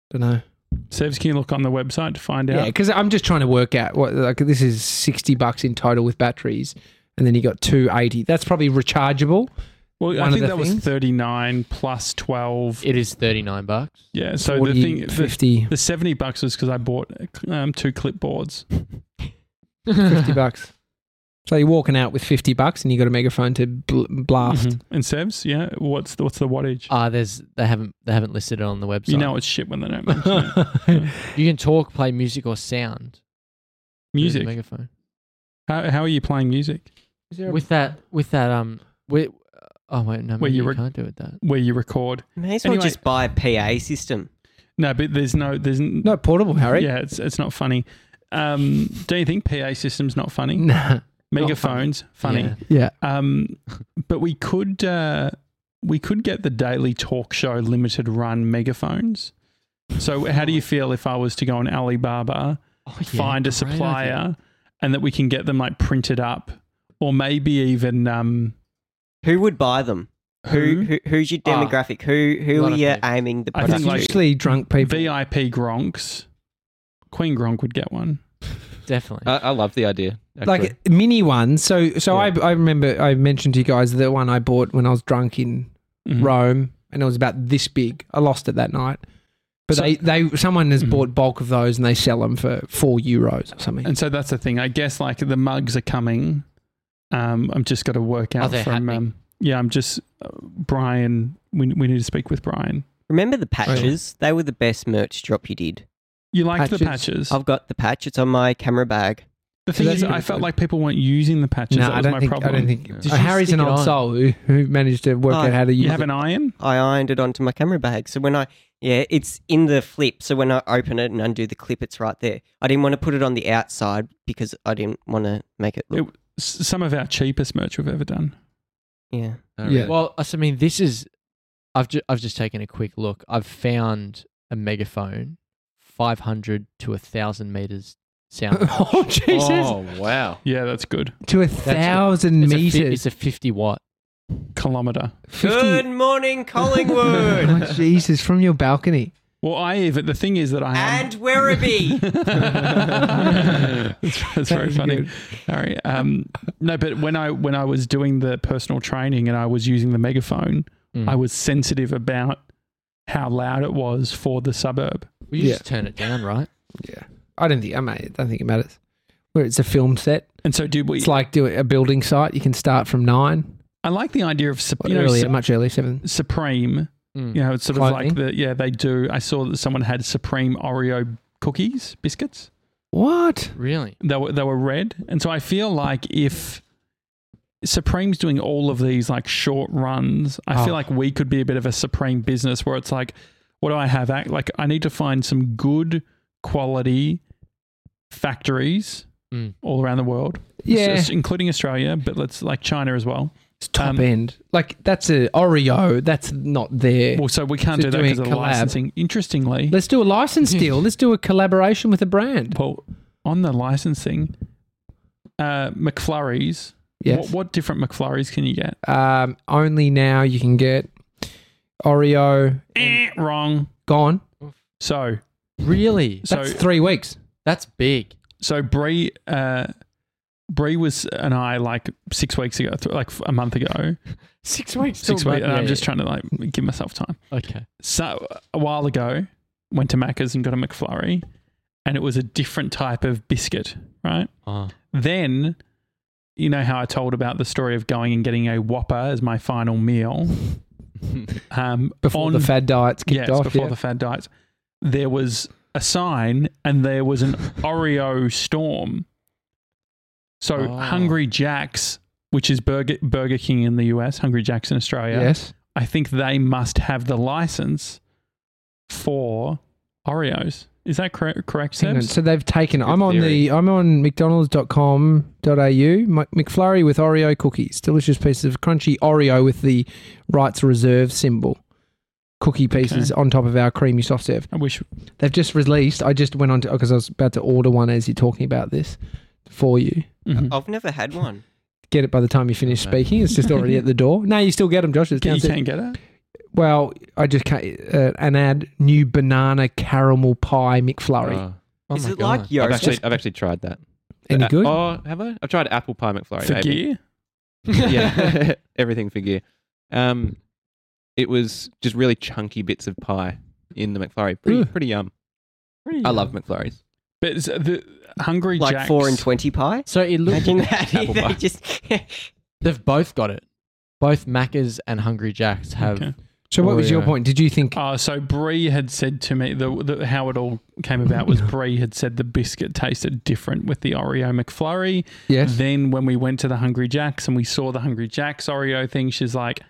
S2: Don't know.
S1: Sevs, can you look on the website to find
S2: Yeah,
S1: out?
S2: because I'm just trying to work out what, like, this is 60 bucks in total with batteries. And then you got 280. That's probably rechargeable.
S1: Well,
S2: One
S1: I
S2: of
S1: think
S2: the
S1: that was
S2: things.
S1: thirty nine plus twelve.
S4: It is thirty
S2: (laughs)
S4: nine bucks.
S1: Yeah. So
S2: 40,
S1: the thing, the,
S2: 50,
S1: the seventy bucks was because I bought um, two clipboards.
S2: (laughs) 50 bucks. So you're walking out with 50 bucks and you got a megaphone to bl- blast.
S1: Mhm. And Sevs, yeah. What's the, what's the wattage?
S4: Ah, there's they haven't they haven't listed it on the website.
S1: you know it's shit when they don't mention it.
S4: you can talk, play music, or sound. through the
S1: music.
S4: megaphone.
S1: How, how are you playing music?
S2: Is there a-
S4: With that, with that, um, with oh wait, no,
S1: Where
S4: maybe
S1: you
S4: you,
S1: rec-
S4: can't do it. That
S1: Where you record?
S3: May as well
S1: Anyway-
S3: just buy a PA system.
S1: No, but there's no there's n-
S2: no portable, Harry.
S1: Yeah, it's it's not funny. Um, do you think PA systems not funny?
S2: Nah.
S1: Megaphones funny.
S4: Yeah.
S2: Yeah.
S1: Um, but we could uh, we could get the daily talk show limited run megaphones. So how do you feel if I was to go on Alibaba,
S4: Oh, yeah,
S1: find a
S4: great idea.
S1: supplier, and that we can get them like printed up, or maybe even um,
S3: Who would buy them? Who,
S1: who,
S3: who who's your
S4: Ah,
S3: demographic? who who
S4: lot
S3: are
S4: of
S3: you
S4: people.
S3: aiming the
S1: I
S3: product
S1: think,
S3: to?
S1: like-
S2: Usually drunk people.
S1: VIP Gronks. Queen Gronk would get one.
S4: definitely.
S2: Uh,
S5: I, I love the idea. Actually.
S2: like mini ones. So, so
S5: Yeah.
S2: I, I remember I mentioned to you guys the one I bought when I was drunk in
S1: Mhm.
S2: Rome, and it was about this big. I lost it that night, but
S1: So-
S2: they, they someone has
S1: Mhm.
S2: bought bulk of those and they sell them for four euros or something.
S1: And so that's the thing. I guess like the mugs are coming. Um, I'm just got to work
S4: Are
S1: out
S4: they
S1: from.
S4: happening?
S1: Um, yeah, I'm just uh, Brian. We we need to speak with Brian.
S3: Remember the patches? They were the best merch drop you did.
S1: You liked the
S2: Patches.
S1: patches.
S3: I've got the patch. It's on my camera bag.
S1: the thing
S2: that's
S1: is,
S2: pretty
S1: I felt
S2: good.
S1: like people weren't using the patches.
S2: No,
S1: that was
S2: I don't
S1: my
S2: think.
S1: problem.
S2: I don't think.
S4: Did
S2: Uh,
S4: you
S2: Harry's
S4: stick
S2: an
S4: it
S2: old
S4: on?
S2: soul who, who managed to work
S3: Oh,
S2: out how to use
S1: You have
S2: it.
S1: an iron?
S3: I ironed it onto my camera bag. So when I, yeah, it's in the flip. So when I open it and undo the clip, it's right there. I didn't want to put it on the outside because I didn't want to make it look.
S1: S- Some of our cheapest merch we've ever done.
S3: yeah.
S5: Oh,
S2: Yeah.
S5: really?
S4: (laughs) Well, I s- I mean, this is. I've ju- I've just taken a quick look. I've found a megaphone, five hundred to thousand meters sound.
S2: (laughs) (laughs) oh Jesus!
S5: Oh wow!
S1: Yeah, that's good.
S2: To a
S4: a-
S2: thousand
S4: It's a,
S2: meters.
S4: fi- it's a
S2: (laughs)
S4: fifty watt.
S1: Kilometer.
S2: 50
S3: Good morning,
S2: (laughs)
S3: Collingwood
S2: Oh, Jesus, from your balcony.
S1: Well, I even the thing is that I am. (laughs)
S3: and Werribee.
S4: (laughs) Mm.
S1: that's, that's
S2: That
S1: very
S2: is
S1: funny.
S2: good.
S1: Sorry. Um, no, but when I when I was doing the personal training and I was using the megaphone,
S4: Mm.
S1: I was sensitive about how loud it was for the suburb.
S4: Well, you
S2: Yeah.
S4: just turn it down, right?
S2: I don't think. I mean, I don't think it matters. Where it's a film set,
S1: And so, did we?
S2: it's like doing a building site. You can start from nine,
S1: I like the idea of sup-
S2: or
S1: you know,
S2: earlier,
S1: sup-
S2: much earlier, seven.
S1: Supreme.
S4: Mm.
S1: You know, it's sort of like
S2: Clothing.
S1: the yeah they do. I saw that someone had Supreme Oreo cookies biscuits.
S2: What?
S4: Really?
S1: they were they were red, and so I feel like if Supreme's doing all of these like short runs, I feel
S2: Oh.
S1: like we could be a bit of a Supreme business where it's like, what do I have? Act like I need to find some good quality factories
S4: Mm.
S1: all around the world,
S2: Yeah,
S1: S- including Australia, but let's like China as well.
S2: it's top
S1: um,
S2: end. Like that's a Oreo. That's not there.
S1: Well, so we can't
S2: So
S1: do that
S2: doing
S1: because of the
S2: collab.
S1: licensing. Interestingly,
S2: Let's do a
S1: (laughs)
S2: license deal. Let's do a collaboration with a brand.
S1: well, on the licensing, uh, McFlurries.
S2: Yes.
S1: What, what different McFlurries can you get?
S2: Um, only now you can get Oreo
S1: Eh, wrong.
S2: gone.
S1: So
S4: Really?
S1: so
S2: That's three weeks.
S4: That's big.
S1: so Bree uh, Bree was and I like six weeks ago, th- like a month ago,
S4: Six weeks.
S1: six weeks. And I'm just trying to like give myself time.
S4: Okay.
S1: So a while ago, went to Macca's and got a McFlurry, and it was a different type of biscuit, right?
S2: Uh-huh.
S4: Oh.
S1: Then, you know how I told about the story of going and getting a Whopper as my final (laughs) meal um,
S2: Before
S1: on-
S2: the fad diets kicked
S1: yes,
S2: off.
S1: before
S2: yeah.
S1: the fad diets, there was a sign and there was
S2: (laughs)
S1: an Oreo storm. So
S4: Oh.
S2: Ah.
S1: Hungry Jack's, which is Burger Burger King in the US, Hungry Jack's in Australia,
S2: Yes.
S1: I think they must have the license for Oreos. Is that correct? Correct,
S2: Hang on.
S1: Sebs?
S2: So they've taken.
S5: Good
S2: I'm on
S5: theory.
S2: the. I'm on McDonald's.com.au. Mc- McFlurry with Oreo cookies, delicious pieces of crunchy Oreo with the rights reserve symbol. Cookie pieces on top of our creamy soft serve.
S1: I wish
S2: They've just released. I just went on to because I was about to order one as you're talking about this for you.
S1: mhm.
S3: I've never had one.
S2: Get it by the time you finish speaking. It's just already at the door. No, you still get them, Josh. It's
S1: you
S2: downstairs.
S1: can't get it.
S2: Well, I just can't. Uh, an ad: new banana caramel pie McFlurry.
S5: Oh.
S4: Oh
S3: Is
S4: my
S3: it
S4: God.
S3: like
S5: I've
S3: yours?
S5: actually I've actually tried that.
S2: Any
S5: Uh,
S2: good?
S5: Oh, have I? I've tried apple pie McFlurry.
S1: For
S5: maybe.
S1: gear?
S5: (laughs) yeah, everything for gear. Um, it was just really chunky bits of pie in the McFlurry. Pretty,
S2: Ooh.
S5: pretty yum. I love McFlurries.
S1: But is the Hungry
S3: like
S1: Jack's.
S3: four and twenty pie.
S4: So it looks.
S3: Imagine that. (laughs)
S1: (laughs)
S5: Apple
S3: they
S5: pie.
S3: just
S4: They've both got it. Both Macca's and Hungry Jack's have.
S1: Okay.
S2: so, what was your
S4: Oreo.
S2: point? Did you think?
S5: Uh,
S1: Oh, so Brie had said to me the, the how it all came about
S2: (laughs)
S1: was Brie had said the biscuit tasted different with the Oreo McFlurry.
S2: yes.
S1: Then when we went to the Hungry Jacks and we saw the Hungry Jacks Oreo thing, she's like,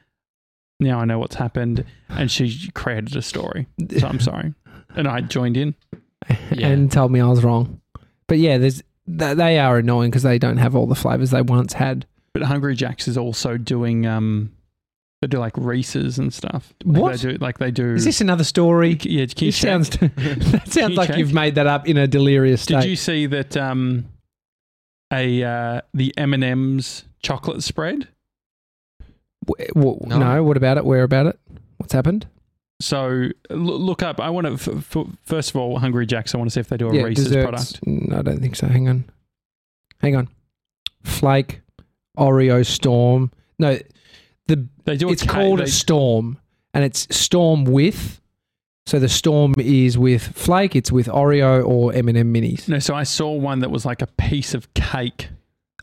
S1: "Now I know what's happened," and she created a story. So
S2: (laughs)
S1: I'm sorry, and I joined in. (laughs)
S4: Yeah.
S2: and told me I was wrong. But yeah, there's th- they are annoying because they don't have all the flavors they once had.
S1: But Hungry Jacks is also doing um, they do like Reese's and stuff. Like
S2: What?
S1: they do? Like they do.
S2: Is this another story?
S1: yeah, can you
S2: It
S1: check?
S2: sounds
S1: (laughs)
S2: (laughs) that sounds
S1: you
S2: like
S1: check?
S2: you've made that up in a delirious state.
S1: Did you see that um, a uh, the M and M's chocolate spread?
S2: W- w-
S4: No.
S2: no. What about it? Where about it? What's happened?
S1: So l- look up. I want to f- f- first of all, Hungry Jacks. I want to see if they do a Reese's product.
S2: No, Mm, I don't think so. Hang on, hang on. Flake, Oreo storm. No,
S1: They do.
S2: it's
S1: a cake-
S2: called
S1: they-
S2: a storm, and it's storm with. So the storm is with flake. It's with Oreo or M and m minis.
S1: No, so I saw one that was like a piece of cake.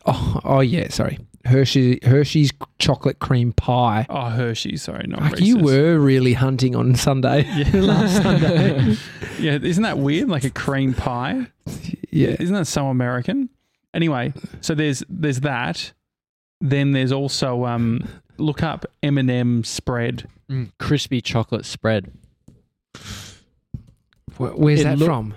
S2: Oh, oh yeah, sorry. Hershey Hershey's chocolate cream pie.
S1: Oh, Hershey. Sorry, not
S2: Like
S1: racist.
S2: you were really hunting on Sunday.
S1: (laughs) Yeah. (laughs)
S2: last Sunday.
S1: Yeah, isn't that weird? Like a cream pie.
S2: yeah.
S1: Isn't that so American? Anyway, so there's there's that. Then there's also um, look up M and M spread.
S4: Mm, crispy chocolate spread.
S2: Where, where's
S4: It
S2: that (laughs)
S4: look-
S2: from?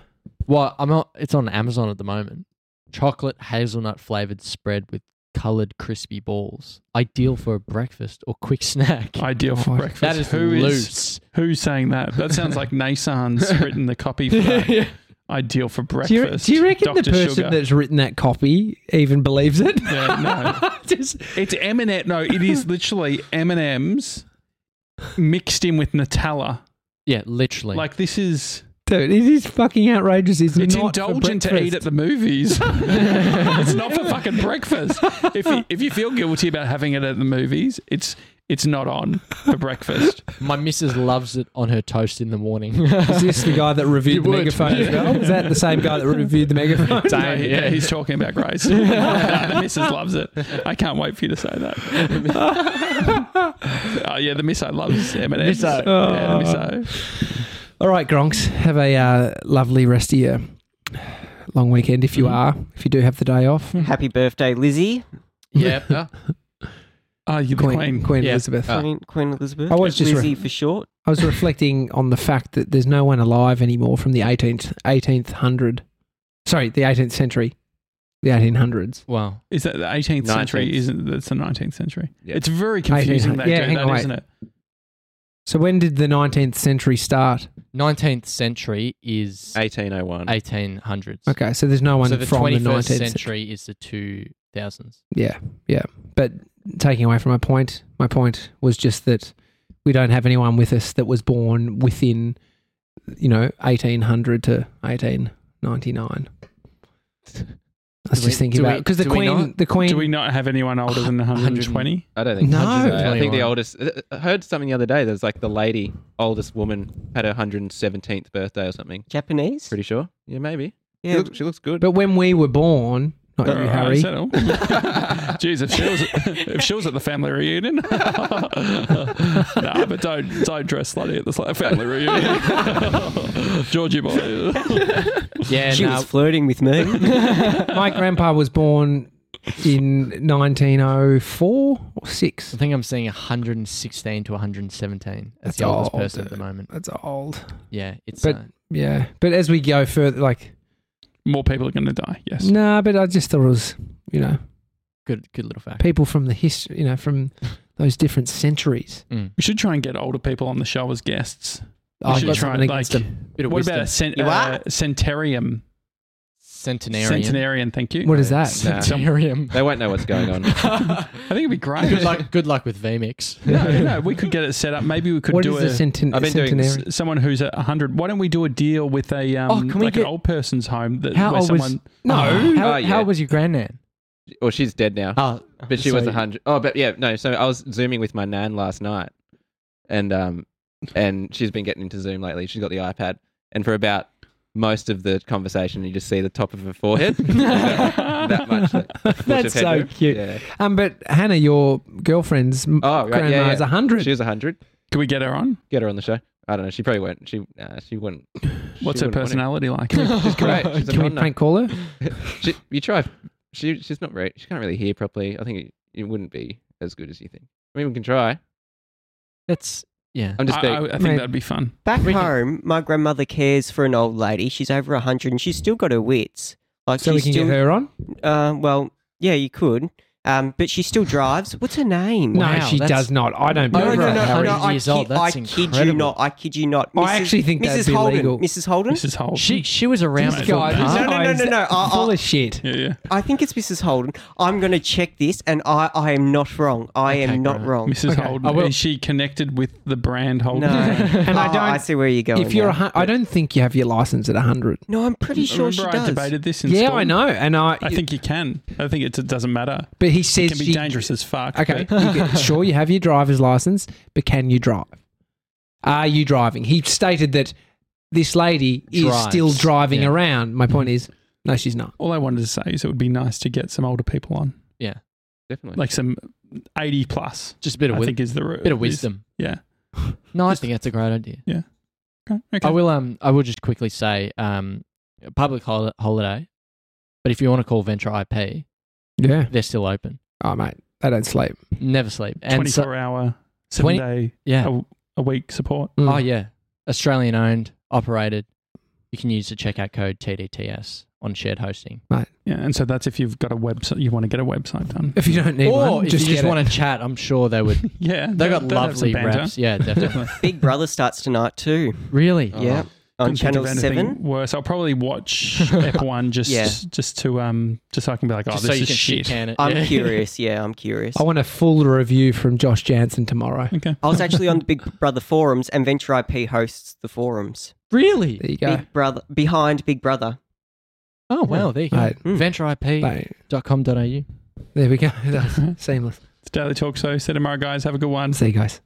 S4: Well, I'm not, it's on Amazon at the moment. Chocolate hazelnut flavored spread with colored crispy balls. Ideal for a breakfast or quick (laughs) snack.
S1: Ideal for (laughs)
S2: Oh,
S1: breakfast.
S4: that is
S1: Who is-
S4: loose.
S1: who's saying that? That sounds like
S2: (laughs)
S1: Nassan's written the copy for that. Ideal for
S2: Do you,
S1: breakfast.
S2: do you reckon the
S1: Dr.
S2: person
S1: Sugar.
S2: that's written that copy even believes it? (laughs)
S1: Yeah, no.
S2: Just-
S1: It's M&M. No, it is literally M&M's mixed in with Nutella.
S4: Yeah, literally.
S1: Like this is
S2: dude, it is fucking outrageous. It's,
S1: it's
S2: not for
S1: indulgent to eat
S2: breakfast.
S1: at the movies. (laughs) it's not
S2: (laughs)
S1: for fucking breakfast. If you, if you feel guilty about having it at the movies, it's it's not on for
S2: (laughs)
S1: breakfast.
S4: My missus loves it on her toast in the morning.
S2: Is this the guy that
S4: (laughs) You
S2: reviewed the
S4: would.
S2: megaphone as well? Is that the same guy that reviewed
S1: (laughs)
S2: the megaphone?
S1: No, he- yeah, he's talking about (laughs) race.
S4: (laughs)
S1: the missus loves it. I can't wait for you to say that. oh yeah, the misso loves M&M's.
S4: Misso.
S1: Yeah, the
S2: Oh.
S1: misso.
S2: All right, Gronks, have a uh, lovely rest of your long weekend if you
S1: Mm-hmm.
S2: are, if you do have the
S1: (laughs)
S2: day off.
S3: Happy birthday, Lizzie.
S2: (laughs)
S4: yep.
S1: Oh, you're the queen.
S2: Queen
S4: Yeah.
S2: Elizabeth.
S3: Queen, Queen Elizabeth.
S2: I was just
S3: Lizzie
S2: re-
S3: for short.
S2: I was reflecting on the fact that there's no one alive anymore from the 18th 18th hundred, sorry, the 18th century, the 1800s.
S4: Wow.
S1: Is that the 18th century?
S5: 19th.
S1: Isn't that's the 19th century?
S5: Yeah.
S1: It's very confusing.
S2: 18th.
S1: They
S2: Yeah,
S1: do
S2: hang
S1: that,
S2: on, wait.
S1: isn't it?
S2: So when did the 19th century start?
S4: 19th century is
S5: 1801.
S4: 1800s.
S2: Okay, so there's no one
S4: So the
S2: from the
S4: 21st
S2: 19th century.
S4: century is the 2000s.
S2: (laughs) Yeah, yeah. But taking away from my point, my point was just that we don't have anyone with us that was born within, you know, 1800 to
S4: (laughs)
S2: 1899. I was just
S4: Do we-
S2: thinking
S4: do
S2: about
S4: we-
S2: because the
S4: do we
S2: queen,
S4: not?
S2: the queen,
S1: Do we not have anyone older than
S2: (laughs)
S1: 120?
S5: I don't think.
S2: No.
S5: hundreds, eh? I think
S4: 21.
S5: the oldest. I heard something the other day. There's like the lady, oldest woman, had her 117th birthday or something.
S3: Japanese.
S5: Pretty sure. Yeah, maybe. She,
S3: yeah. (laughs)
S5: looks, she looks good.
S2: but when we were born, not you,
S1: Alright, (laughs)
S2: Harry.
S1: is that all? Jeez, if she was if she was at the family reunion, (laughs) nah, but don't
S2: (laughs)
S1: don't dress slutty at the sl- family reunion, (laughs) Georgie boy.
S4: Yeah,
S3: She
S4: no,
S3: was flirting with
S2: (laughs)
S3: me.
S2: my grandpa was born in 1904 or
S4: I
S2: six.
S4: think I'm seeing 116 to 117 as
S2: That's
S4: the oldest
S2: old,
S4: person at the
S2: dude.
S4: moment.
S2: That's old.
S4: Yeah, it's
S2: But-
S4: uh,
S2: Yeah, but as we go further, like
S1: More people are going to die. Yes,
S2: nah, but I just thought it was, you know,
S4: good, good little fact.
S2: people from the history, you know, from those different centuries.
S4: Mm.
S1: we should try and get older people on the show as guests. We
S2: I've
S1: should
S2: got
S1: try
S2: something
S1: and,
S2: against
S1: like,
S2: them.
S4: Bit of
S1: what
S4: wisdom.
S1: about a cent-
S3: You
S1: uh,
S3: what?
S1: centarium?
S4: centenarian?
S1: Centenarian, thank you.
S2: What
S1: (laughs)
S2: is that?
S5: Nah.
S4: Centenarian.
S5: they won't know what's going
S4: (laughs)
S2: (laughs)
S5: on.
S1: I think it'd be great.
S4: good luck. Good luck with VMix.
S1: No, no, we could get it set up. Maybe we could
S2: What
S1: do
S2: is
S1: a-
S2: a centen-
S5: I've been doing
S2: centenary?
S1: s- someone who's at 100 why don't we do a deal with a um
S4: Oh, can we
S1: like an
S4: get-
S1: old person's home that
S4: How
S1: where
S4: old was-
S1: someone
S2: No.
S4: How,
S5: Oh, yeah.
S4: how was your grandnan?
S5: Well, she's dead now.
S2: Ah,
S4: Oh,
S5: But she was
S4: so-
S5: was 100. Oh, but yeah, no. So I was Zooming with my nan last night. And um and she's been getting into Zoom lately. She's got the iPad. And for about most of the conversation, you just see the top of
S2: (laughs)
S5: her forehead. that, that much. like, bush of
S2: That's so
S5: headroom.
S2: cute.
S5: Yeah.
S2: (laughs) Um, but Hannah, your girlfriend's m
S5: Oh, right.
S2: grandma
S5: yeah,
S2: is
S5: yeah.
S2: 100.
S5: She was 100.
S1: can we get her on
S5: Get her on the show. I don't know. She probably won't. She uh, she wouldn't.
S1: (laughs) what's
S5: she
S1: her
S5: wouldn't want it.
S1: personality like (laughs)
S4: (laughs)
S5: (laughs) She's great. She's a
S2: Can we
S5: Madonna.
S2: prank call her?
S5: (laughs) She, you try. She she's not very. She can't really hear properly. I think it, it wouldn't be as good as you think. I mean, we can try.
S4: That's yeah.
S5: I'm just
S1: I,
S5: being.
S1: I, I think
S2: Mate.
S1: that'd be fun
S3: Back
S4: We can-
S3: home, my grandmother cares for an old lady. She's over 100 and she's still got her wits. Like
S2: So we
S3: she's
S2: can
S3: still,
S2: get her on?
S3: Uh, well, yeah, you could. Um, but she still drives. What's her name?
S4: Wow,
S2: no, she
S4: that's-
S2: does not. I don't
S3: Oh,
S4: No,
S2: believe
S4: no,
S2: her,
S4: no,
S2: Harry.
S4: no, I- years old,
S3: I
S4: that's
S3: kid you
S4: incredible.
S3: not. I kid you not.
S2: I actually think that'd
S3: Mrs.
S2: be
S3: Holden.
S2: illegal.
S3: Mrs. Holden.
S1: Mrs Holt
S4: She she was around.
S1: This
S4: for
S1: guy-
S4: half-
S3: No, no, no, no, no. I-
S2: Full
S3: I-
S2: of shit.
S1: yeah yeah
S3: I think it's Mrs. Holden. I'm going to check this, and I, I am not wrong. I
S4: Okay,
S3: am not
S4: great.
S3: wrong.
S1: Mrs
S2: Okay.
S1: Holden
S4: I will-
S1: is she connected with the brand
S3: No,
S1: Holden
S2: (laughs)
S4: (laughs)
S2: And I
S3: Oh,
S2: don't-
S3: I see where you're going.
S2: If you're, a
S3: now.
S2: hun- I don't think you have your license at 100.
S3: no, I'm pretty sure
S1: remember
S3: she
S1: I
S3: does.
S1: debated this in
S2: Yeah,
S1: school?
S2: I know. And I,
S1: I think you can I think it, it doesn't matter
S2: but he
S1: it
S2: says
S1: can be
S2: she-
S1: dangerous as fuck
S2: Okay.
S1: but-
S2: you can- sure, you have your driver's license, but can you drive? Are you driving? He stated that this lady is
S4: Drives.
S2: still driving
S4: Yeah.
S2: around. My point is, no, she's not.
S1: all I wanted to say is it would be nice to get some older people on
S4: Yeah.
S5: definitely.
S1: like some 80 plus.
S4: Just a bit of
S1: I
S4: wi-
S1: think is the
S4: bit of
S1: is-
S4: wisdom.
S1: yeah.
S4: No, I
S1: Just-
S4: think that's a great idea.
S1: Okay. okay.
S4: I will um I will just quickly say um public hol- holiday, but if you want to call Venture IP,
S2: Yeah.
S4: they're still open.
S2: Oh, mate, they don't sleep.
S4: Never sleep. And
S1: 24
S4: so-
S1: hour, seven
S4: 20
S1: day
S4: yeah.
S1: a, a week support.
S4: Oh yeah. Australian owned, operated. You can use the checkout code TDTS on shared hosting.
S1: Yeah. And so that's if you've got a website, you want to get a website done.
S2: If you don't need
S4: Or
S2: one,
S4: if
S2: just
S4: you just
S2: get it.
S4: want to chat, I'm sure
S1: (laughs)
S4: they would.
S1: Yeah.
S4: They got
S1: they'd- they'd have
S4: lovely
S1: some banter.
S4: reps.
S1: (laughs)
S4: Yeah, definitely.
S3: Big Brother starts tonight too.
S4: really?
S5: Oh,
S3: Yeah. On
S1: Couldn't think
S3: Channel
S1: of anything
S3: 7.
S1: Worse. I'll probably
S4: (laughs)
S1: watch F1 just
S3: Yeah.
S1: just to um just so I can be like, oh,
S4: Just
S1: this
S4: so you
S1: is
S4: can
S1: shit.
S4: shit-can it.
S3: I'm
S4: Yeah.
S3: curious. Yeah, I'm curious.
S2: (laughs) I want a full review from Josh Jansen tomorrow.
S1: (laughs) Okay.
S3: I was actually
S1: (laughs)
S3: on the Big Brother forums, and Venture IP hosts the forums.
S4: (laughs) Really?
S2: There you go.
S3: Big Brother behind Big Brother.
S4: Oh wow, there you go.
S2: Mate,
S3: Mm.
S4: VentureIP.com.au.
S2: mate, there we go. (laughs) That's seamless.
S1: It's Daily Talk Show. Say tomorrow, guys. Have a good one.
S2: See you guys.